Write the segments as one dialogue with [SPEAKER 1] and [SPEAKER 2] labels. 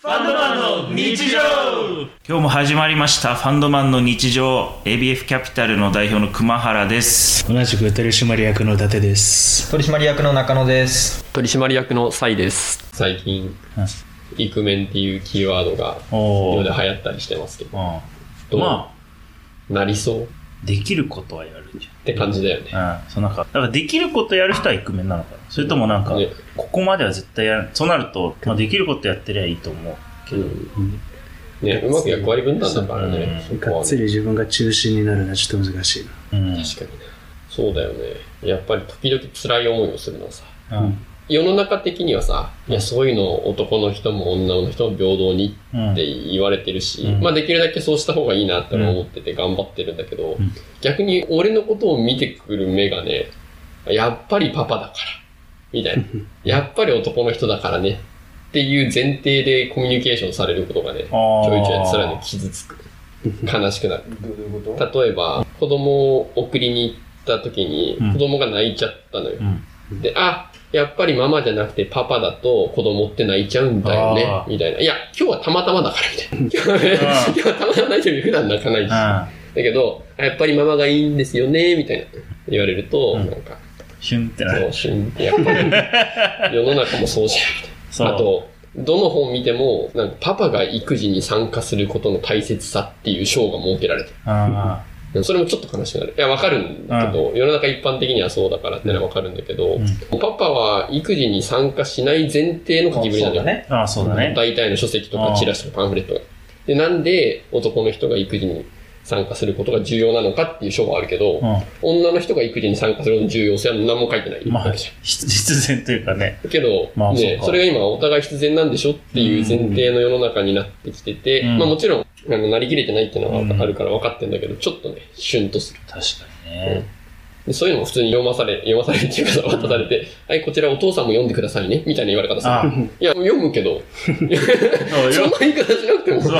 [SPEAKER 1] ァンドマンの日常
[SPEAKER 2] 今日も始まりましたファンドマンの日常 ABF キャピタルの代表の熊原です
[SPEAKER 3] 同じく取締役の伊達です
[SPEAKER 4] 取締役の中野です
[SPEAKER 5] 取締役のサイです
[SPEAKER 6] 最近イクメンっていうキーワードが
[SPEAKER 2] お
[SPEAKER 6] 世
[SPEAKER 2] お
[SPEAKER 6] で流行ったりしてますけど
[SPEAKER 2] ま
[SPEAKER 6] どう
[SPEAKER 2] あ
[SPEAKER 6] なりそうっ
[SPEAKER 2] できることはやるんじ
[SPEAKER 6] て感じだよね
[SPEAKER 2] ゃんうんそうなんかだからできることやる人はイクメンなのかなそれともなんか
[SPEAKER 6] ね
[SPEAKER 2] ここまでは絶対やるそうなると、まあ、できることやってりゃいいと思うけど、
[SPEAKER 6] ねうまく役割分担だからね
[SPEAKER 2] う
[SPEAKER 6] そこ
[SPEAKER 3] がっ
[SPEAKER 6] は
[SPEAKER 3] つ
[SPEAKER 6] ね
[SPEAKER 3] り自分が中心になるのはちょっと難しいな
[SPEAKER 2] うん
[SPEAKER 6] 確かにねそうだよねやっぱり時々辛い思いをするのはさ
[SPEAKER 2] うん
[SPEAKER 6] 世の中的にはさいやそういうの男の人も女の人も平等に
[SPEAKER 2] うん
[SPEAKER 6] って言われてるし、
[SPEAKER 2] うん
[SPEAKER 6] まあできるだけそうした方がいいなって思ってて頑張ってるんだけど、
[SPEAKER 2] ん
[SPEAKER 6] 逆に俺のことを見てくる目がね、やっぱりパパだから、みたいな。やっぱり男の人だからね、っていう前提でコミュニケーションされることがね、ち
[SPEAKER 2] あー
[SPEAKER 6] ょいちょいさらに傷つく。悲しくなる。
[SPEAKER 4] どういうこ
[SPEAKER 6] 例えば、子供を送りに行った時に
[SPEAKER 2] うん、
[SPEAKER 6] 子供が泣いちゃったのよ。
[SPEAKER 2] うん
[SPEAKER 6] で、あ、やっぱりママじゃなくてパパだと子供って泣いちゃうんだよね
[SPEAKER 2] あ、ー
[SPEAKER 6] みたいな。いや、今日はたまたまだから、 みたいな。今日はね今日はたまたま泣いてる。普段泣かないし。だけど、あやっぱりママがいいんですよね、みたいな。言われると、
[SPEAKER 2] うん
[SPEAKER 6] なんか、
[SPEAKER 2] シュンってな
[SPEAKER 6] そ
[SPEAKER 2] る
[SPEAKER 6] う、しんやっぱり、世の中もそうじ
[SPEAKER 2] そ
[SPEAKER 6] ゃ。
[SPEAKER 2] うん
[SPEAKER 6] あと、どの本見ても、なんかパパが育児に参加することの大切さっていう賞が設けられてる
[SPEAKER 2] あ
[SPEAKER 6] でもそれもちょっと悲しくなる。いや、わかるんだけど、世の中一般的にはそうだからってのはわかるんだけど、パパは育児に参加しない前提の書きぶりなんだよ。
[SPEAKER 4] ね
[SPEAKER 2] ーあーそうだね
[SPEAKER 6] 大体の書籍と
[SPEAKER 2] あ
[SPEAKER 6] か
[SPEAKER 2] あ
[SPEAKER 6] チラシとかパンフレットが。で、なんで男の人が育児に参加することが重要なのかっていう章もあるけど、
[SPEAKER 2] う
[SPEAKER 6] 女の人が育児に参加することの重要性は何も書いてない
[SPEAKER 2] んま
[SPEAKER 6] わ
[SPEAKER 2] あ
[SPEAKER 6] けじゃん。
[SPEAKER 2] 必必然というかね
[SPEAKER 6] だけど、
[SPEAKER 2] まあそう
[SPEAKER 6] ね
[SPEAKER 2] か、
[SPEAKER 6] それが今お互い必然なんでしょっていう前提の世の中になってきてて、
[SPEAKER 2] うん
[SPEAKER 6] まあもちろん、あの、なりきれてないっていう
[SPEAKER 2] うん
[SPEAKER 6] のはあるから分かってんだけど、ちょっとね、シュンとする。
[SPEAKER 2] 確かにね
[SPEAKER 6] でそういうのも普通に読まされ、読まされるっていうか、渡されて、はい、こちらお父さんも読んでくださいね、みたいな言われ方
[SPEAKER 2] あ
[SPEAKER 6] さ。いや、読むけど、
[SPEAKER 2] そう
[SPEAKER 6] そん
[SPEAKER 2] よ
[SPEAKER 6] な言い方しなくて
[SPEAKER 2] そう
[SPEAKER 6] も、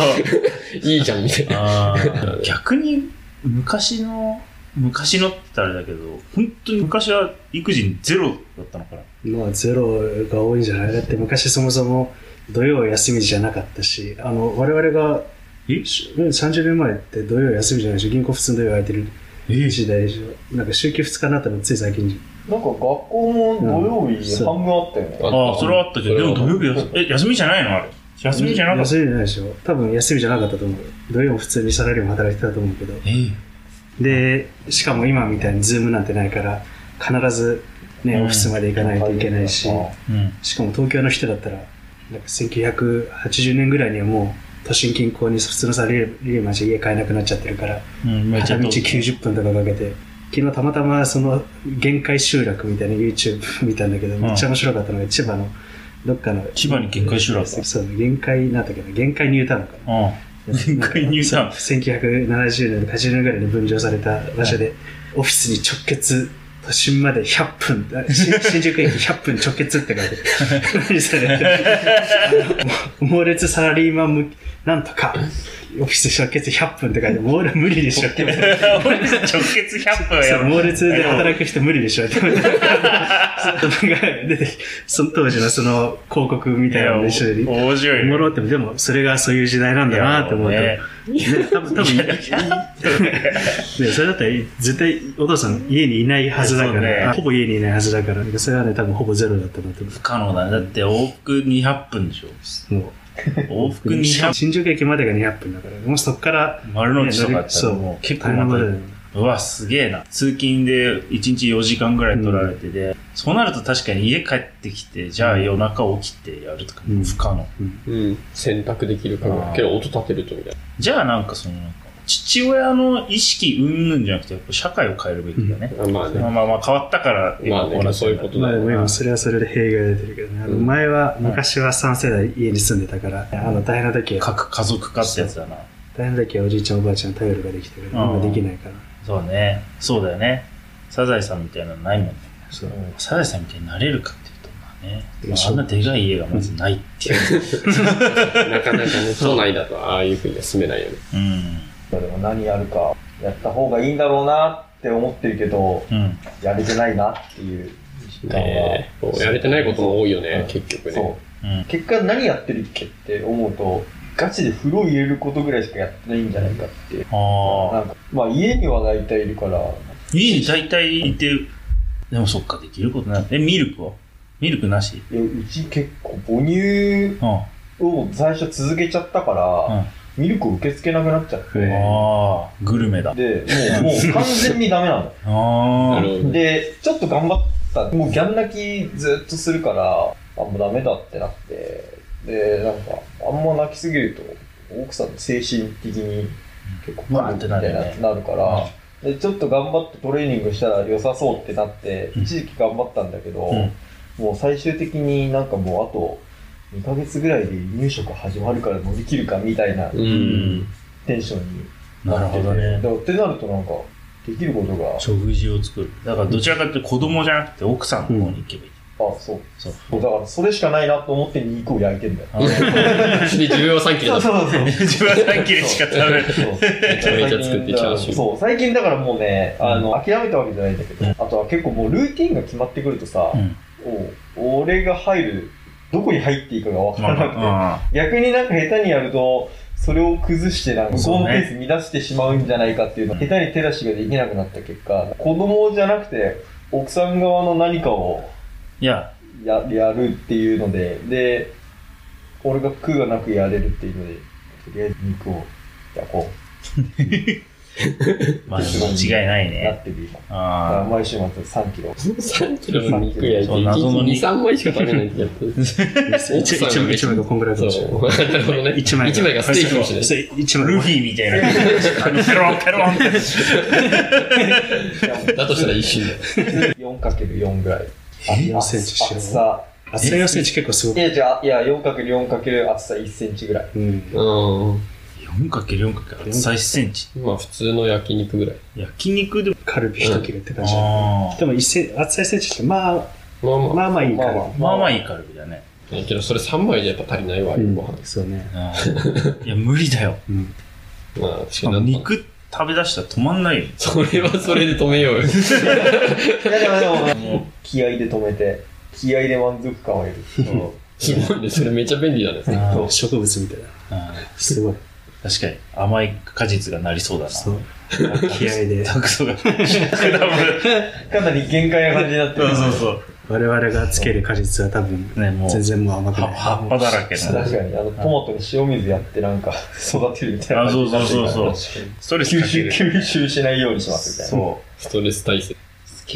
[SPEAKER 6] いいじゃん、みたいな。
[SPEAKER 2] あー逆に昔の昔のって言ったらあれだけど本当に昔は育児ゼロだったのかな
[SPEAKER 3] まあゼロが多いんじゃないだって昔そもそも土曜休みじゃなかったしあの我々が
[SPEAKER 2] え
[SPEAKER 3] しうん30年前って土曜休みじゃないし銀行普通の土曜空いてる
[SPEAKER 2] え
[SPEAKER 3] 時代でしょなんか週休2日になったのつい最近じ
[SPEAKER 4] なんか学校も土曜日
[SPEAKER 3] うん
[SPEAKER 4] 半分あったよね、
[SPEAKER 2] ああそれはあったけどでも土曜日休え休みじゃないのあれ
[SPEAKER 3] ゃん
[SPEAKER 2] 休みじゃなかっ
[SPEAKER 3] 休
[SPEAKER 2] た
[SPEAKER 3] みじゃないでしょ多分休みじゃなかったと思う土曜も普通にサラリーマン働いてたと思うけどでしかも今みたいにズームなんてないから必ずね、
[SPEAKER 2] う
[SPEAKER 3] オ
[SPEAKER 2] ん
[SPEAKER 3] フィスまで行かないといけないし、
[SPEAKER 2] うん
[SPEAKER 3] しかも東京の人だったら、なんか1980年ぐらいにはもう都心近郊に普通のサラリーマンじゃ家買えなくなっちゃってるから、
[SPEAKER 2] うんめっち
[SPEAKER 3] 片
[SPEAKER 2] ゃ
[SPEAKER 3] 道
[SPEAKER 2] 遠い
[SPEAKER 3] 90分とかかけて、昨日たまたまその限界集落みたいな YouTube 見たんだけど、
[SPEAKER 2] ん
[SPEAKER 3] めっちゃ面白かったのが千葉の、どっかの。
[SPEAKER 2] 千葉に限界集落
[SPEAKER 3] そう、限界なんだっけど、限界ニュータウンかな。
[SPEAKER 2] うん限界入山
[SPEAKER 3] 1970年、80年ぐらいに分譲された場所で、オフィスに直結、都心まで100分、あし新宿駅100分直結って書いてある何それってあの猛烈サラリーマン向き、なんとか、オフィス直結100分って書いてある、もう俺無理でしょって。
[SPEAKER 2] 俺直結100分や
[SPEAKER 3] そう
[SPEAKER 2] ろ
[SPEAKER 3] 猛烈で働く人無理でしょって。そうなんか出てきその当時のその広告みたいなのと一緒
[SPEAKER 2] いや
[SPEAKER 3] に。
[SPEAKER 2] お面白いね
[SPEAKER 3] もろっても、でも、それがそういう時代なんだなって思うと。
[SPEAKER 2] いや
[SPEAKER 3] ね
[SPEAKER 2] も、
[SPEAKER 3] 多分、多分、ね、それだったら絶対お父さん家にいないはずだか
[SPEAKER 2] そうね
[SPEAKER 3] ら、ほぼ家にいないはずだから、それはね、多分ほぼゼロだったなと思
[SPEAKER 2] 不可能だねだって往復200分でしょ
[SPEAKER 3] う。も
[SPEAKER 2] 往復
[SPEAKER 3] うしかも
[SPEAKER 2] 200
[SPEAKER 3] 新宿駅までが200分だから、もうそこから、
[SPEAKER 2] 丸の内とかやった
[SPEAKER 3] そ
[SPEAKER 2] ら
[SPEAKER 3] う
[SPEAKER 2] もう結
[SPEAKER 3] 大
[SPEAKER 2] 構
[SPEAKER 3] 変な
[SPEAKER 2] ま
[SPEAKER 3] こ
[SPEAKER 2] た
[SPEAKER 3] とだよね
[SPEAKER 2] うわ、すげえな。通勤で1日4時間ぐらい取られてで、そうなると確かに家帰ってきて、じゃあ夜中起きてやるとか、
[SPEAKER 3] うん
[SPEAKER 2] 不可能。
[SPEAKER 6] うん。選択できるか
[SPEAKER 2] あー
[SPEAKER 6] ら、けど音立てるとみたいな。
[SPEAKER 2] じゃあなんかその、なんか父親の意識云々じゃなくて、やっぱ社会を変えるべきだね。
[SPEAKER 6] あまあね
[SPEAKER 2] まあまあまあ変わったから、
[SPEAKER 6] まあ
[SPEAKER 2] こな
[SPEAKER 6] ね、
[SPEAKER 2] って
[SPEAKER 6] そう
[SPEAKER 2] る
[SPEAKER 6] い
[SPEAKER 2] ん
[SPEAKER 6] う
[SPEAKER 2] だ
[SPEAKER 6] こと
[SPEAKER 3] まあ
[SPEAKER 6] だ
[SPEAKER 3] で
[SPEAKER 6] ね。
[SPEAKER 3] も今それはそれで弊害が出てるけどね。あの
[SPEAKER 6] うん
[SPEAKER 3] 前は、昔は3世代家に住んでたから、あの大変な時は、
[SPEAKER 2] 各家族化ってやつだな。
[SPEAKER 3] 大変な時はおじいちゃんおばあちゃん頼りができたけど、
[SPEAKER 2] あ
[SPEAKER 3] 今
[SPEAKER 2] ー
[SPEAKER 3] できないから。
[SPEAKER 2] そうね。そうだよね。サザエさんみたいなのないもんね。
[SPEAKER 3] そう
[SPEAKER 2] サザエさんみたいになれるかっていうと、まあね。
[SPEAKER 3] で
[SPEAKER 2] ま
[SPEAKER 3] も
[SPEAKER 2] ああんなでかい家がまずないっていう。
[SPEAKER 6] なかなかね、都内だとああいうふうには住めないよね。
[SPEAKER 2] うん。
[SPEAKER 4] でも何やるかやった方がいいんだろうなって思ってるけど
[SPEAKER 2] うん。
[SPEAKER 4] やれてないなっていう実感は、
[SPEAKER 6] ねそうやれてないことも多いよね
[SPEAKER 4] うん、
[SPEAKER 6] 結局
[SPEAKER 4] そ
[SPEAKER 6] ね。
[SPEAKER 2] うん。
[SPEAKER 4] 結果何やってるっけって思うと、ガチで風呂入れることぐらいしかやってないんじゃないかって。
[SPEAKER 2] ああ。
[SPEAKER 4] なんか、まあ家には大体いるから、
[SPEAKER 2] 家に大体いて、でもそっか、できることない。え、ミルクはミルクなし
[SPEAKER 4] いやうち結構母乳
[SPEAKER 2] うん。
[SPEAKER 4] を最初続けちゃったから、ミルクを受け付けなくなっちゃって。
[SPEAKER 3] え
[SPEAKER 2] ああ、グルメだ。あ
[SPEAKER 4] で、もう、もう完全にダメな
[SPEAKER 2] あー。
[SPEAKER 6] なるほ
[SPEAKER 4] の。
[SPEAKER 6] ど。
[SPEAKER 4] で、ちょっと頑張った。もうギャン泣きずっとするから、あ、もうダメだってなって。で、なんか、あんま泣きすぎると、奥さんの精神的に結構
[SPEAKER 2] わーってなるよね
[SPEAKER 4] みたいななるから、で、ちょっと頑張ってトレーニングしたら良さそうってなって、
[SPEAKER 2] うん
[SPEAKER 4] 一時期頑張ったんだけど、
[SPEAKER 2] うん
[SPEAKER 4] もう最終的になんかもうあと、2ヶ月ぐらいで入職始まるから乗り切るかみたいな
[SPEAKER 6] うん。
[SPEAKER 4] テンションに
[SPEAKER 2] なる
[SPEAKER 4] なっ
[SPEAKER 2] ほ
[SPEAKER 4] てて
[SPEAKER 2] どね。
[SPEAKER 4] だからってなるとなんか、できることが、
[SPEAKER 2] 食事を作る。だからどちらかというと子供じゃなくて奥さんの方に行けばいい。
[SPEAKER 4] あ、そう。
[SPEAKER 2] そう。
[SPEAKER 4] だから、それしかないなと思って肉を焼いてんだよ。
[SPEAKER 2] あ の
[SPEAKER 6] で、重要3切れだ
[SPEAKER 4] そう
[SPEAKER 6] った。
[SPEAKER 4] そうそう。
[SPEAKER 2] 自分は3切れしか食べない。
[SPEAKER 4] そう
[SPEAKER 6] めちゃめちゃ作ってチャーシュー。
[SPEAKER 4] そう、最近だからもうね、あの、諦めたわけじゃないんだけど、
[SPEAKER 2] うん
[SPEAKER 4] あとは結構もうルーティンが決まってくるとさ、
[SPEAKER 2] うん。
[SPEAKER 4] お俺が入る、どこに入っていいかがわか
[SPEAKER 2] ま
[SPEAKER 4] らなくて、
[SPEAKER 2] あ、
[SPEAKER 4] 逆になんか下手にやると、それを崩してなんか、
[SPEAKER 2] そう
[SPEAKER 4] ゴ
[SPEAKER 2] ね
[SPEAKER 4] ールペース乱してしまうんじゃないかっていうの、下手に手出しができなくなった結果、子供じゃなくて、奥さん側の何かを
[SPEAKER 2] いや、
[SPEAKER 4] ややるっていうので、で、俺が苦がなくやれるっていうので、とりあえず肉を焼こ、
[SPEAKER 2] まあ間違いないう
[SPEAKER 4] な
[SPEAKER 2] ね。
[SPEAKER 4] ってる今。だから
[SPEAKER 2] あ
[SPEAKER 4] 毎週末3キロ。
[SPEAKER 6] 3キロの肉焼いて、
[SPEAKER 2] そう謎の
[SPEAKER 6] 1
[SPEAKER 2] 肉
[SPEAKER 6] 日2、3枚しか食べないってやつ。
[SPEAKER 3] 一一枚一枚がこんぐらいか
[SPEAKER 6] そ。
[SPEAKER 3] もしれないう
[SPEAKER 6] なるほどね。
[SPEAKER 3] 一枚
[SPEAKER 6] 一枚がステーキかもしれない。
[SPEAKER 3] そう一
[SPEAKER 2] あ。
[SPEAKER 3] 枚
[SPEAKER 2] ルフィみたいな。あの、ペロンペロンって。
[SPEAKER 6] だとしたら一瞬だ。
[SPEAKER 4] 4×4 ぐらい。
[SPEAKER 3] 4
[SPEAKER 4] 厚
[SPEAKER 3] センチしろ
[SPEAKER 4] 厚さ。
[SPEAKER 3] 厚さ4センチ結構すご
[SPEAKER 4] い
[SPEAKER 3] く
[SPEAKER 4] や、じゃあ、いや、4×4× 厚さ1センチぐらい。
[SPEAKER 3] うん
[SPEAKER 6] う
[SPEAKER 2] 4×4× 厚さ1センチ。
[SPEAKER 6] ん。まあ普通の焼肉ぐらい。
[SPEAKER 2] 焼肉でも。
[SPEAKER 3] カルビ一切れって感じ
[SPEAKER 2] あ
[SPEAKER 3] でも一セン厚さ1センチってまあ
[SPEAKER 6] まあまあ。
[SPEAKER 3] まあまあいいカルビ
[SPEAKER 4] まあま
[SPEAKER 2] あ。まあまあいいカルビだね。
[SPEAKER 6] えけどそれ3枚じゃやっぱ足りないわ、
[SPEAKER 3] うん
[SPEAKER 6] ご飯。
[SPEAKER 3] そうね
[SPEAKER 2] あーいや、無理だよ。
[SPEAKER 3] うん
[SPEAKER 6] まあ確
[SPEAKER 2] し
[SPEAKER 6] か
[SPEAKER 2] かも
[SPEAKER 6] にな。
[SPEAKER 2] 肉食べ出したら止まんないよ。
[SPEAKER 6] それはそれで止めようよ。
[SPEAKER 4] いや、でもでも、もう気合で止めて、気合で満足感を得る。
[SPEAKER 6] すごいね。それめっちゃ便利だね。
[SPEAKER 2] あー
[SPEAKER 3] 植物みたいな
[SPEAKER 2] あ
[SPEAKER 3] すごい
[SPEAKER 2] ー確かに甘い果実がなりそうだな。
[SPEAKER 3] そう 気合で
[SPEAKER 2] タクソが。果物
[SPEAKER 4] かなり限界な感じになって
[SPEAKER 2] そう
[SPEAKER 4] る。
[SPEAKER 2] そうそう。
[SPEAKER 3] 我々がつける果実は多分
[SPEAKER 2] ね、もう、
[SPEAKER 3] 全然もう甘く
[SPEAKER 2] 葉
[SPEAKER 3] ない
[SPEAKER 2] 葉っぱだらけ
[SPEAKER 4] 確
[SPEAKER 2] の。
[SPEAKER 4] かに、あの、トマトに塩水やってなんか育てるみたいな
[SPEAKER 2] あ、
[SPEAKER 4] 感じ
[SPEAKER 2] そう
[SPEAKER 4] に
[SPEAKER 2] そ
[SPEAKER 4] なっ
[SPEAKER 2] う
[SPEAKER 4] てる
[SPEAKER 2] そ
[SPEAKER 4] か
[SPEAKER 2] う
[SPEAKER 4] ら。
[SPEAKER 2] そう。ストレス
[SPEAKER 4] 吸
[SPEAKER 2] かけ
[SPEAKER 4] 収、
[SPEAKER 2] る。
[SPEAKER 4] 吸収しないようにしますみたいな。
[SPEAKER 2] そ
[SPEAKER 6] ストレス対策。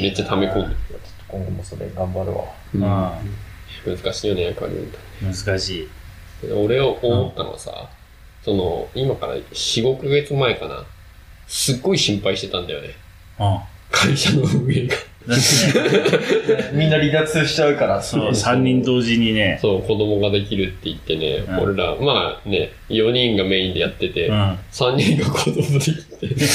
[SPEAKER 6] めっちゃ溜め込んで
[SPEAKER 4] ちょっと今後もそれ頑張るわ。
[SPEAKER 2] う。
[SPEAKER 6] る。
[SPEAKER 2] まあ、
[SPEAKER 6] 難しいよね、役割みた
[SPEAKER 2] 難しい。
[SPEAKER 6] いな。俺を思ったのはさ、その、今から4、5ヶ月前かな。すっごい心配してたんだよね。
[SPEAKER 2] あ
[SPEAKER 6] 会社の運営が。
[SPEAKER 2] だってね、
[SPEAKER 4] みんな離脱しちゃうから、
[SPEAKER 2] そう、3人同時にね、
[SPEAKER 6] そう、子供ができるって言ってね、
[SPEAKER 2] うん
[SPEAKER 6] 俺ら、まあね、4人がメインでやってて、
[SPEAKER 2] うん。
[SPEAKER 6] 3人が子供できて、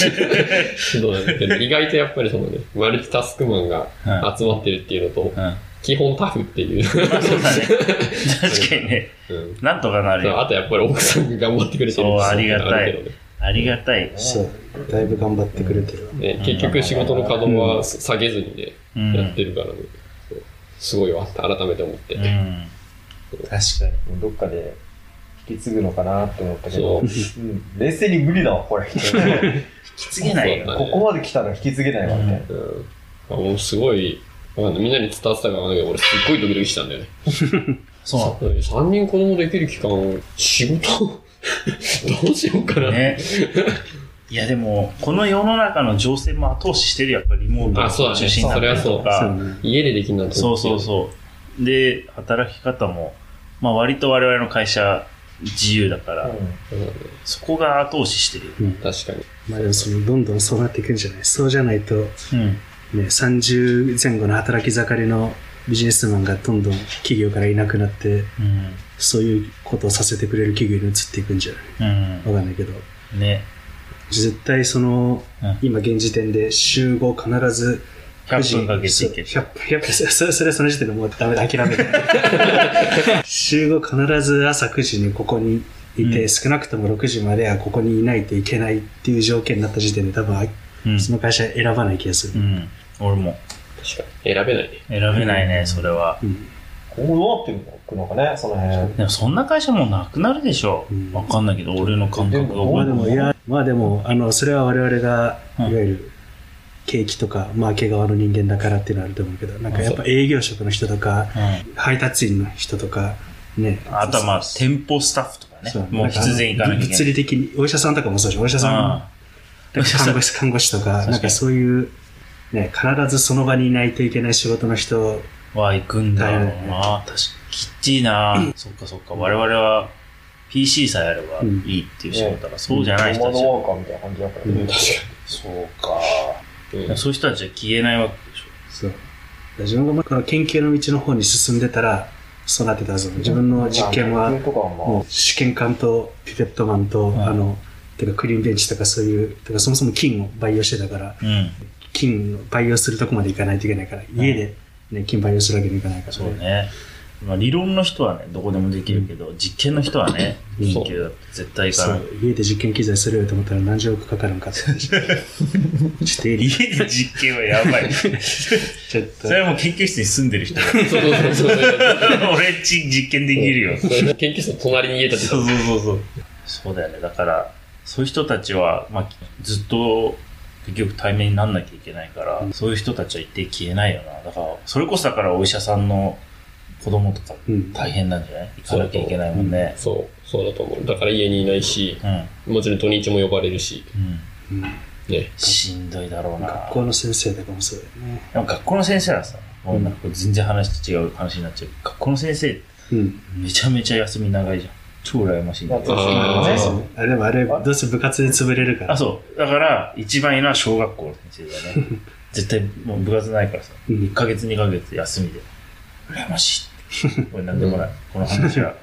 [SPEAKER 6] そうなんだけど、意外とやっぱりそのね、マルチタスクマンが
[SPEAKER 2] うん
[SPEAKER 6] 集まってるっていうのと、
[SPEAKER 2] うん。
[SPEAKER 6] 基本タフっていう。
[SPEAKER 2] まあそうだね。確かにね、
[SPEAKER 6] うん
[SPEAKER 2] なんとかなる
[SPEAKER 6] そう
[SPEAKER 2] よ。
[SPEAKER 6] あとやっぱり奥さんが頑張ってくれてる
[SPEAKER 2] そう
[SPEAKER 6] って
[SPEAKER 2] ありがたい
[SPEAKER 6] のはあるけどね
[SPEAKER 2] ありがたい。
[SPEAKER 3] そうだいぶ頑張ってくれてるわ
[SPEAKER 6] ね、結局仕事の稼働は下げずにね、
[SPEAKER 2] うん。
[SPEAKER 6] やってるからね。そうすごいわって改めて思って。
[SPEAKER 2] うん。確かに。
[SPEAKER 4] どっかで引き継ぐのかなって思ったけ
[SPEAKER 6] そ
[SPEAKER 4] ど
[SPEAKER 6] う、。
[SPEAKER 4] うん、冷静に無理だわ、これ。
[SPEAKER 2] 引き継げない
[SPEAKER 6] そう
[SPEAKER 2] よ。
[SPEAKER 6] だ
[SPEAKER 4] こ
[SPEAKER 6] ね
[SPEAKER 4] こまで来たら引き継げないわ、みたいな。
[SPEAKER 6] うん。あもうすごい、わかんないみんなに伝わってたかわかんないけど、俺すっごいドキドキしたんだよね。
[SPEAKER 2] そ
[SPEAKER 6] 3人子供できる期間、仕事 どうしようか
[SPEAKER 2] う。
[SPEAKER 6] な。
[SPEAKER 2] ね。いやでも、この世の中の情勢も後押ししてるやっぱりリモート
[SPEAKER 6] あそうだ
[SPEAKER 2] が
[SPEAKER 6] ね
[SPEAKER 2] 中心になったりと
[SPEAKER 6] それ
[SPEAKER 2] か、
[SPEAKER 3] そうね
[SPEAKER 6] 家でできるなんて
[SPEAKER 2] そう
[SPEAKER 6] 思って
[SPEAKER 2] そうそう。で、働き方も、まあ割と我々の会社自由だから、
[SPEAKER 6] うん
[SPEAKER 2] そこが後押ししてるよ。
[SPEAKER 3] うん
[SPEAKER 6] 確かに。
[SPEAKER 3] まあでもそのどんどんそうなっていくんじゃないそうじゃないと、ね、30前後の働き盛りのビジネスマンがどんどん企業からいなくなって
[SPEAKER 2] うん。
[SPEAKER 3] そういうことをさせてくれる企業に移っていくんじゃない
[SPEAKER 2] うん。
[SPEAKER 3] わかんないけど
[SPEAKER 2] ね。
[SPEAKER 3] 絶対その、
[SPEAKER 2] うん
[SPEAKER 3] 今現時点で集合必ず9
[SPEAKER 2] 100分かけて
[SPEAKER 3] そ
[SPEAKER 2] いけ
[SPEAKER 3] う
[SPEAKER 2] る。
[SPEAKER 3] 100分、100分そ れ、それその時点でもうダメだ、諦 める。集合必ず朝9時にここにいて、
[SPEAKER 2] うん
[SPEAKER 3] 少なくとも6時まではここにいないといけないっていう条件になった時点で多分、
[SPEAKER 2] うん。
[SPEAKER 3] その会社選ばない気がす
[SPEAKER 2] う
[SPEAKER 3] る。
[SPEAKER 2] ん。俺も。
[SPEAKER 6] 確かに。選べないね。
[SPEAKER 2] 選べないね、それは。
[SPEAKER 3] うん。
[SPEAKER 4] 今後どうなってるのくのかね、その辺。
[SPEAKER 2] でもそんな会社もうなくなるでしょ
[SPEAKER 3] うん。
[SPEAKER 2] わかんないけど、俺の感覚が。
[SPEAKER 4] も
[SPEAKER 3] まあでも、いや、まあでも、あの、それは我々が、い
[SPEAKER 2] うん
[SPEAKER 3] わゆる、景気とか、マーケ側の人間だからっていうのはあると思うけど、なんかやっぱ営業職の人とか、
[SPEAKER 2] うん
[SPEAKER 3] 配達員の人とか、ね。
[SPEAKER 2] あとはまあ、店舗スタッフとか
[SPEAKER 3] そう
[SPEAKER 2] ね。もう必然行かなきゃいけない。
[SPEAKER 3] 物理的に、お医者さんとかもそうでしょ、お医者さん
[SPEAKER 2] うんお医者さん
[SPEAKER 3] 看護師、看護師とか、
[SPEAKER 2] 確かに
[SPEAKER 3] なんかそういう、ね、必ずその場にいないといけない仕事の人、
[SPEAKER 2] は行くんだろうな。
[SPEAKER 3] だよね
[SPEAKER 2] 確かに。きっちいな。そっかそっか。我々は PC さえあればいいっていう仕事だから、そうじゃない人た
[SPEAKER 4] ノマ
[SPEAKER 2] ち
[SPEAKER 4] ド
[SPEAKER 2] は。
[SPEAKER 4] ワーカーみたいな感じだから
[SPEAKER 3] う
[SPEAKER 4] ね
[SPEAKER 3] ん。
[SPEAKER 2] そうか。
[SPEAKER 6] うん
[SPEAKER 2] そういう人たちは消えないわけでし
[SPEAKER 3] そ
[SPEAKER 2] ょ。
[SPEAKER 3] う。自分がまあこの研究の道の方に進んでたら、そうなってたぞ。自分の実験は
[SPEAKER 4] まあ、研究とかはまあ
[SPEAKER 3] もう試験管とピペットマンと、
[SPEAKER 2] ん
[SPEAKER 3] あの、てかクリーンベンチとかそういう、てかそもそも金を培養してたから、
[SPEAKER 2] うん。
[SPEAKER 3] 金を培養するとこまでいかないといけないから、家で、ね、金培養するわけにいかないから、
[SPEAKER 2] そうね。まあ、理論の人はね、どこでもできるけど、実験の人はね、
[SPEAKER 3] うん
[SPEAKER 2] 研究だって絶対行か
[SPEAKER 3] そ
[SPEAKER 2] な
[SPEAKER 3] う家で実験機材するよと思ったら何十億かかるん かってちょっとエリー
[SPEAKER 2] い。実験はやば い。
[SPEAKER 3] ちょっと
[SPEAKER 2] それはもう研究室に住んでる人。
[SPEAKER 6] そうそうそうそう。
[SPEAKER 2] 俺っち実験できるよ。
[SPEAKER 6] それ研究室の隣に家建てた
[SPEAKER 2] そうそうそうそう。そうだよね。だから、そういう人たちは、まあ、ずっと、結局対面になんなきゃいけないから、そういう人たちは一定消えないよな。だから、それこそだからお医者さんの子供とか
[SPEAKER 3] うん
[SPEAKER 2] 大変なんじゃない行かなきゃいけないもんね。
[SPEAKER 6] そう、そうだと思う。だから家にいないし、
[SPEAKER 2] うん。うん。
[SPEAKER 6] もちろん土日も呼ばれるし、
[SPEAKER 3] うん
[SPEAKER 6] ね。
[SPEAKER 2] しんどいだろうな。
[SPEAKER 3] 学校の先生とかもそうだよね
[SPEAKER 2] でも学校の先生はさ、もうなんかこれ全然話と違う話になっちゃう。学校の先生、
[SPEAKER 3] うん
[SPEAKER 2] めちゃめちゃ休み長いじゃん。超羨ましいんだけど
[SPEAKER 4] まあ
[SPEAKER 6] あー
[SPEAKER 4] そうですね
[SPEAKER 3] あでもあれどうせ部活で潰れるから
[SPEAKER 2] あ、そう。だから、一番いいのは小学校の先生だ ね。絶対、もう部活ないからさ。
[SPEAKER 3] う
[SPEAKER 2] 1
[SPEAKER 3] ん
[SPEAKER 2] ヶ月、2ヶ月休みで。羨ましいって。これなんでもない。この話は、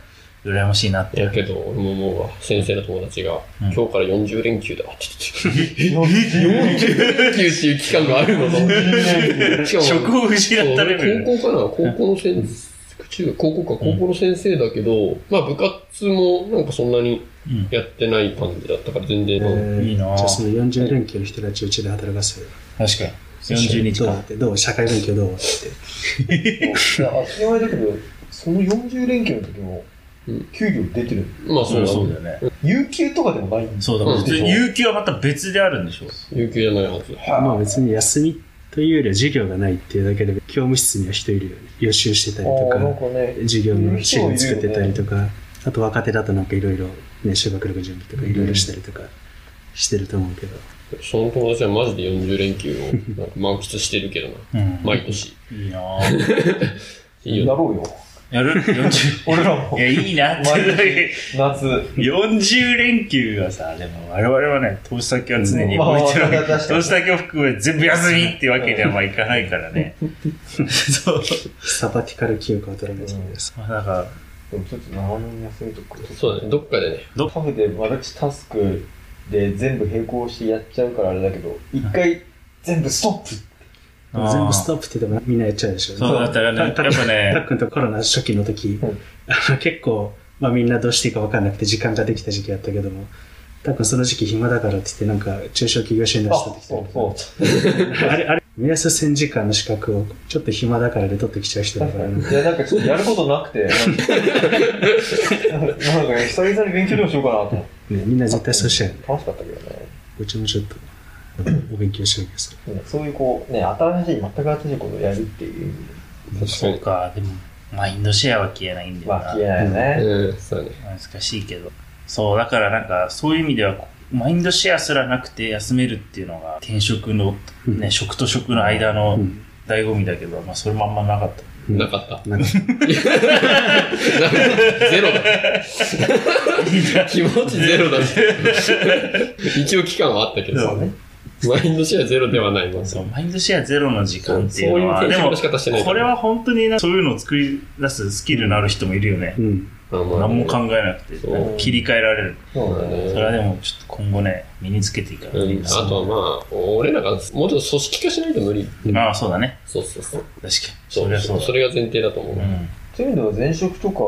[SPEAKER 2] 羨ましいなって。
[SPEAKER 6] やけど、俺も思うわ。先生の友達が、
[SPEAKER 2] うん
[SPEAKER 6] 今日から40連休だって言ってて。40連休っていう期間があるのと。しかも
[SPEAKER 2] 職を失ったレベルね。
[SPEAKER 6] 高校かな高校の先生。中学高校か高校の先生だけど、まあ部活もなんかそんなに
[SPEAKER 2] うん
[SPEAKER 6] やってない感じだったから全然、
[SPEAKER 3] えー
[SPEAKER 2] いいなぁ
[SPEAKER 3] じゃあその40連休の人たちうちで働かせる
[SPEAKER 2] 確かに。40日
[SPEAKER 3] どう
[SPEAKER 2] 間。
[SPEAKER 3] ってどう社会勉強どうって
[SPEAKER 4] いや、当たり前だけど、その40連休の時も
[SPEAKER 6] うん、
[SPEAKER 4] 給料出てる。
[SPEAKER 6] まあそうだ、
[SPEAKER 2] そうだよね。
[SPEAKER 4] 有給とかでもないんです
[SPEAKER 2] そうだ、
[SPEAKER 6] うん
[SPEAKER 2] 普通に有給はまた別であるんでしょ。
[SPEAKER 6] 有給じゃないはず。
[SPEAKER 3] まあ別に休みというよりは授業がないっていうだけで教務室には人いるよね予習してたりと
[SPEAKER 4] ああ、なん
[SPEAKER 3] か
[SPEAKER 4] かね、
[SPEAKER 3] 授業の資料作ってたりとかあと若手だとなんかいろいろね修学力準備とかいろいろしたりとかしてると思うけど
[SPEAKER 6] その友達はマジで40連 休をなんか満喫してるけどな。
[SPEAKER 2] うん
[SPEAKER 6] 毎年。
[SPEAKER 2] いいなぁ。
[SPEAKER 6] いいよ
[SPEAKER 4] や
[SPEAKER 6] ね。
[SPEAKER 4] ろうよ。
[SPEAKER 2] やる ?40。
[SPEAKER 4] 俺らも
[SPEAKER 2] い。や、いいなって。
[SPEAKER 4] 夏。
[SPEAKER 2] 40連休はさ、でも我々はね、投資先は常に動いてるわけ、
[SPEAKER 4] まあまあ
[SPEAKER 2] 投資先を含め全部休みってわけにはまあいかないからね。そう。
[SPEAKER 3] サバティカル休暇を取らないそうです、
[SPEAKER 2] まあなんか、
[SPEAKER 4] でもちょっと長年休みとか。
[SPEAKER 6] そうだね。どっかでね。
[SPEAKER 4] カフェでマルチタスクで全部並行してやっちゃうからあれだけど、一回全部ストッ
[SPEAKER 3] でも全部ストップって言ってもみんなやっちゃうでしょ
[SPEAKER 2] そうだったらね、やっぱ
[SPEAKER 3] たっ
[SPEAKER 2] ね、
[SPEAKER 3] くんとコロナ初期の時、
[SPEAKER 4] うん
[SPEAKER 3] あの 結構、まあ、みんなどうしていいか分かんなくて時間ができた時期やったけどもたっくんその時期暇だからって言ってなんか中小企業支援
[SPEAKER 4] プ。
[SPEAKER 3] 出した
[SPEAKER 4] あ、
[SPEAKER 3] 時と
[SPEAKER 4] そう
[SPEAKER 3] か
[SPEAKER 4] そう。
[SPEAKER 3] あれ、あれ、目安1000時間の資格をちょっと暇だからで取ってきちゃう人だ
[SPEAKER 4] 確
[SPEAKER 3] か、
[SPEAKER 4] からに。いや、なんかちょっとやることなくて、なんかなんか久々に勉強でもしようかなと思って。
[SPEAKER 3] ねみんな絶対そうしちゃうよね。
[SPEAKER 4] 楽しかったけどね。
[SPEAKER 3] うちもちょっと、お勉強しようでする。
[SPEAKER 4] うんそういうこう、ね、新しい、全く新しいことをやるっていう意味で、
[SPEAKER 2] そうか、でも、マインドシェアは消えないんだよ
[SPEAKER 4] まあ、
[SPEAKER 2] な。
[SPEAKER 4] 消えないよね。
[SPEAKER 6] うん、そうだね。
[SPEAKER 2] 難しいけど。そう、だからなんか、そういう意味では、マインドシェアすらなくて休めるっていうのが、転職の、
[SPEAKER 3] うん
[SPEAKER 2] ね、職と職の間の
[SPEAKER 3] うん
[SPEAKER 2] 醍醐味だけど、まあ、それもあんまなかった。
[SPEAKER 3] うん
[SPEAKER 6] なかった。
[SPEAKER 3] なんか、
[SPEAKER 6] ゼロだ。気持ちゼ ロだね。一応期間はあったけどさ
[SPEAKER 2] そうね
[SPEAKER 6] マインドシェアゼロではないもん。
[SPEAKER 2] そう、マインドシェアゼロの時間っていうのは、
[SPEAKER 6] そうそういう
[SPEAKER 2] でも
[SPEAKER 6] 転職の仕方してない、か
[SPEAKER 2] こ
[SPEAKER 6] ら
[SPEAKER 2] れは本当になそういうのを作り出すスキルのある人もいるよね
[SPEAKER 3] う。ん。
[SPEAKER 6] まあ
[SPEAKER 2] 何も考えなくて、
[SPEAKER 6] そう
[SPEAKER 2] なんか切り替えられる。
[SPEAKER 4] そうだね。
[SPEAKER 2] それはでも、ちょっと今後ね、身につけていかな
[SPEAKER 6] う
[SPEAKER 2] い
[SPEAKER 6] ん、あとはまあ、俺なんか、もうちょっと組織化しないと無理。
[SPEAKER 2] ああ、そうだね。
[SPEAKER 6] そうそうそう。
[SPEAKER 2] 確かに。
[SPEAKER 6] そ
[SPEAKER 2] そり
[SPEAKER 6] う
[SPEAKER 2] ゃそうだ。
[SPEAKER 6] それが前提だと思う。
[SPEAKER 2] うん。
[SPEAKER 4] そういう意味では前職とか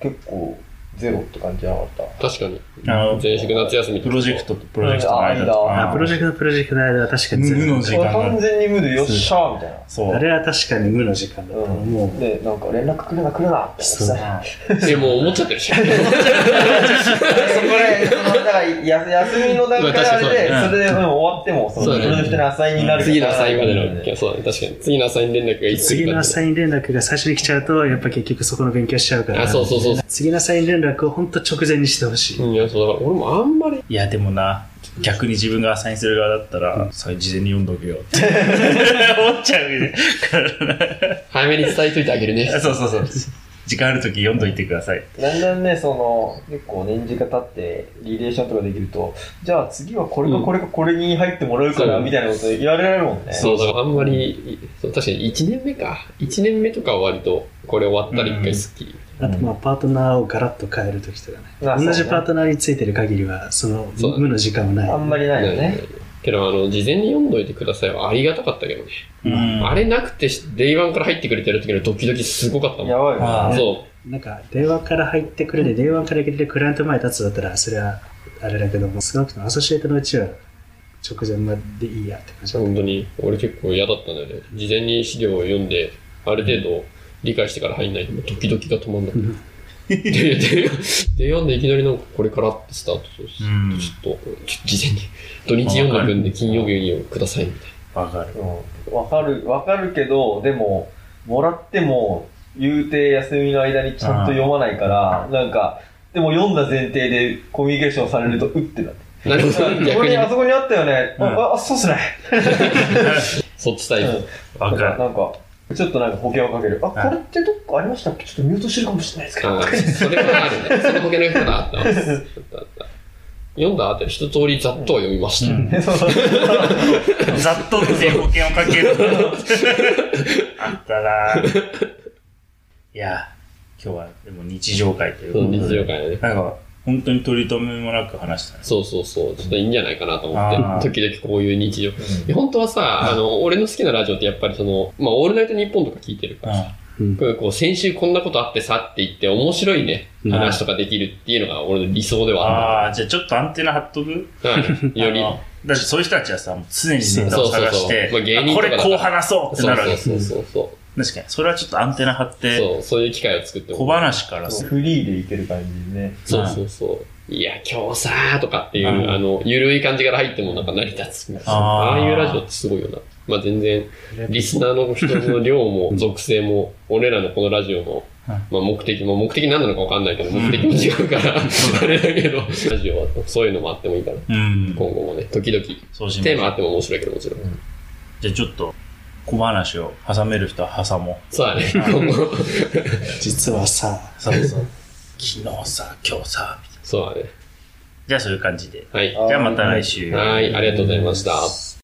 [SPEAKER 4] 結構ゼロって感じじゃなかった。
[SPEAKER 6] 確かに。
[SPEAKER 2] あの、
[SPEAKER 6] 前職夏休みと
[SPEAKER 2] プ
[SPEAKER 6] か
[SPEAKER 2] ロジェクトとプロジェクトの間と
[SPEAKER 4] あ
[SPEAKER 2] か。
[SPEAKER 3] あ、プロジェクト、プロジェクトの間は確かに
[SPEAKER 2] 無
[SPEAKER 3] ず
[SPEAKER 2] 無の時間
[SPEAKER 4] 完
[SPEAKER 2] が。
[SPEAKER 4] 全に無でよっしゃーみたいな。
[SPEAKER 2] そ
[SPEAKER 3] あ
[SPEAKER 2] う。
[SPEAKER 3] れは確かに無の時間だったの。
[SPEAKER 4] うん
[SPEAKER 3] もう、
[SPEAKER 4] で、なんか連絡来るな来るなって
[SPEAKER 3] そう
[SPEAKER 4] さ。
[SPEAKER 6] え、もう思っちゃってるし。
[SPEAKER 4] そこで、その、だから、や休みの段
[SPEAKER 2] ま
[SPEAKER 4] 階であれで、
[SPEAKER 2] あ確かにそう
[SPEAKER 4] それで、うん、終わっても、そ
[SPEAKER 6] そう
[SPEAKER 4] の、
[SPEAKER 6] だね
[SPEAKER 4] プロジェクトのアサインになるから
[SPEAKER 6] 次のアサインまでの、いやそうだね、確かに。次のアサイン連絡がいつ来
[SPEAKER 3] 次
[SPEAKER 6] る
[SPEAKER 3] の
[SPEAKER 6] か
[SPEAKER 3] ア
[SPEAKER 6] って
[SPEAKER 3] サイン連絡が最初に来ちゃうと、やっぱ結局そこの勉強しちゃうから。
[SPEAKER 6] あ、そうそうそうそ
[SPEAKER 3] 次のアサイン連絡を本当直前にしてほしい。
[SPEAKER 6] う。うんいや、そうだから、俺もあんまり、
[SPEAKER 2] いや、でもな、逆に自分がアサインする側だったら、それ事前に読んどけよって思っちゃうね。
[SPEAKER 6] 早めに伝えといてあげるね。
[SPEAKER 2] そうそうそう。時間あるとき読んどいてください。
[SPEAKER 4] だんだんね、その、結構年次が経って、リレーションとかできると、じゃあ次はこれか
[SPEAKER 6] うん
[SPEAKER 4] これかこれに入ってもらうから、
[SPEAKER 6] そう
[SPEAKER 4] みたいなこと言われるもんね。
[SPEAKER 6] そう、だからあんまり、そう確かに1年目か。1年目とかは割と、これ終わったら一回スッキリ。
[SPEAKER 3] あと、まあ、パートナーをガラッと変えるときとかね。
[SPEAKER 4] まあ
[SPEAKER 3] 同じパー
[SPEAKER 4] そ
[SPEAKER 3] トナーについてる限りは、その
[SPEAKER 6] そうだね
[SPEAKER 3] 無の時間はな
[SPEAKER 4] う
[SPEAKER 3] い。
[SPEAKER 4] ねあんまりないよ
[SPEAKER 6] ない
[SPEAKER 4] ね。
[SPEAKER 6] けど、あの、事前に読んどいてくださいはありがたかったけどね。
[SPEAKER 2] うん
[SPEAKER 6] あれなくて、デイワンから入ってくれてる時のドキドキすごかったも
[SPEAKER 4] やばいよ
[SPEAKER 2] あば
[SPEAKER 4] ね。
[SPEAKER 6] ん。
[SPEAKER 2] い
[SPEAKER 6] そ
[SPEAKER 3] なんか、電話から入ってくるで、電話から入れてクライアント前に立つだったら、それはあれだけども、少なくともアソシエイトのうちは直前までいいやって感じ
[SPEAKER 6] う、本当に、俺結構嫌だったんだよね。事前に資料を読んで、ある程度理解してから入んないと、ドキドキが止まんなく
[SPEAKER 3] うん
[SPEAKER 6] て。で、で、デイワンでいきなりなんかこれからってスタートするし、
[SPEAKER 2] うん
[SPEAKER 6] ちょっと、事前に、土日読んだ分で金曜日をくださいみたいな。
[SPEAKER 2] わか る。
[SPEAKER 4] うんわかる、わかるけど、でも、もらっても、言うて休みの間にちゃんと読まないから、なんか、でも読んだ前提でコミュニケーションされると、うってなって。
[SPEAKER 6] なるほど、
[SPEAKER 4] こ
[SPEAKER 6] 逆
[SPEAKER 4] れ
[SPEAKER 6] に
[SPEAKER 4] あ。そこにあったよね。
[SPEAKER 2] うん
[SPEAKER 4] あ、あ、そうっすね。
[SPEAKER 6] そっちタイプ。
[SPEAKER 2] わか
[SPEAKER 4] なん
[SPEAKER 2] る。
[SPEAKER 4] か、ちょっとなんか保険をかける。あ、
[SPEAKER 2] はい
[SPEAKER 4] これってどっかありましたっけちょっとミュートしてるかもしれないですけど。
[SPEAKER 6] あーそれはあるね。その保険の人だった。あったあった読んだ後で一通りざっとは読みました。
[SPEAKER 2] うん
[SPEAKER 4] そうそう
[SPEAKER 2] ざっとで保険をかける。あったなぁいや、今日はでも日常会という
[SPEAKER 6] そ
[SPEAKER 2] こ
[SPEAKER 6] の
[SPEAKER 2] とで。
[SPEAKER 6] 日常会ね。
[SPEAKER 2] なんか、本当に取り留めもなく話したね。
[SPEAKER 6] そうそうそう。ちょっといいんじゃないかなと思
[SPEAKER 2] あー
[SPEAKER 6] って。時々こういう日常。いや本当はさ、あの、俺の好きなラジオってやっぱりその、まあ、オールナイトニッポンとか聞いてるからさ、
[SPEAKER 3] うん
[SPEAKER 6] こういうこう、先週こんなことあってさって言って面白いね、
[SPEAKER 3] うん
[SPEAKER 6] 話とかできるっていうのが俺の理想ではあっ
[SPEAKER 2] ああ、じゃあちょっとアンテナ張っとく
[SPEAKER 6] た。うんよ り
[SPEAKER 2] あ、のだしそういう人たちはさ、もう常にネタを探して、
[SPEAKER 6] そうそうそうまあ芸人
[SPEAKER 2] あ
[SPEAKER 6] と
[SPEAKER 2] こ
[SPEAKER 6] かだ
[SPEAKER 2] れ
[SPEAKER 6] から
[SPEAKER 2] こう話そうって
[SPEAKER 6] そ
[SPEAKER 2] な
[SPEAKER 6] う
[SPEAKER 2] るわけ
[SPEAKER 6] そう
[SPEAKER 2] です。
[SPEAKER 6] そうそうそ
[SPEAKER 2] 確かに。それはちょっとアンテナ張っ
[SPEAKER 6] う。
[SPEAKER 2] て、
[SPEAKER 6] そう、そういう機会を作って
[SPEAKER 2] 小話からする。
[SPEAKER 4] フリーでいける感じでね。
[SPEAKER 6] そうそうそう。いや、今日さーとかっていう、
[SPEAKER 2] うん
[SPEAKER 6] あの、ゆるい感じから入ってもなんか成り立つみたいな。あ
[SPEAKER 2] あー
[SPEAKER 6] あいうラジオってすごいよな。まあ全然、リスナーの人の量も属性も、俺らのこのラジオの、
[SPEAKER 2] うん
[SPEAKER 6] まあ目的も、目的何なのかわかんないけど、目的も違うから、 あれだけど、ラジオはそういうのもあってもいいから、
[SPEAKER 2] うん。
[SPEAKER 6] 今後もね、時々、
[SPEAKER 2] そうしまし
[SPEAKER 6] テ
[SPEAKER 2] ょ
[SPEAKER 6] ーマ
[SPEAKER 2] う
[SPEAKER 6] あっても面白いけどもちろん。
[SPEAKER 2] じゃあちょっと、小話を挟める人は挟もう。
[SPEAKER 6] そうだね、今後。
[SPEAKER 3] 実はさ、
[SPEAKER 2] そうそう。昨日さ、今日さ、みたいな
[SPEAKER 6] そうだね。
[SPEAKER 2] じゃあそういう感じで。
[SPEAKER 6] はい。
[SPEAKER 2] じゃあまた来週。
[SPEAKER 6] はい、ありがとうございました。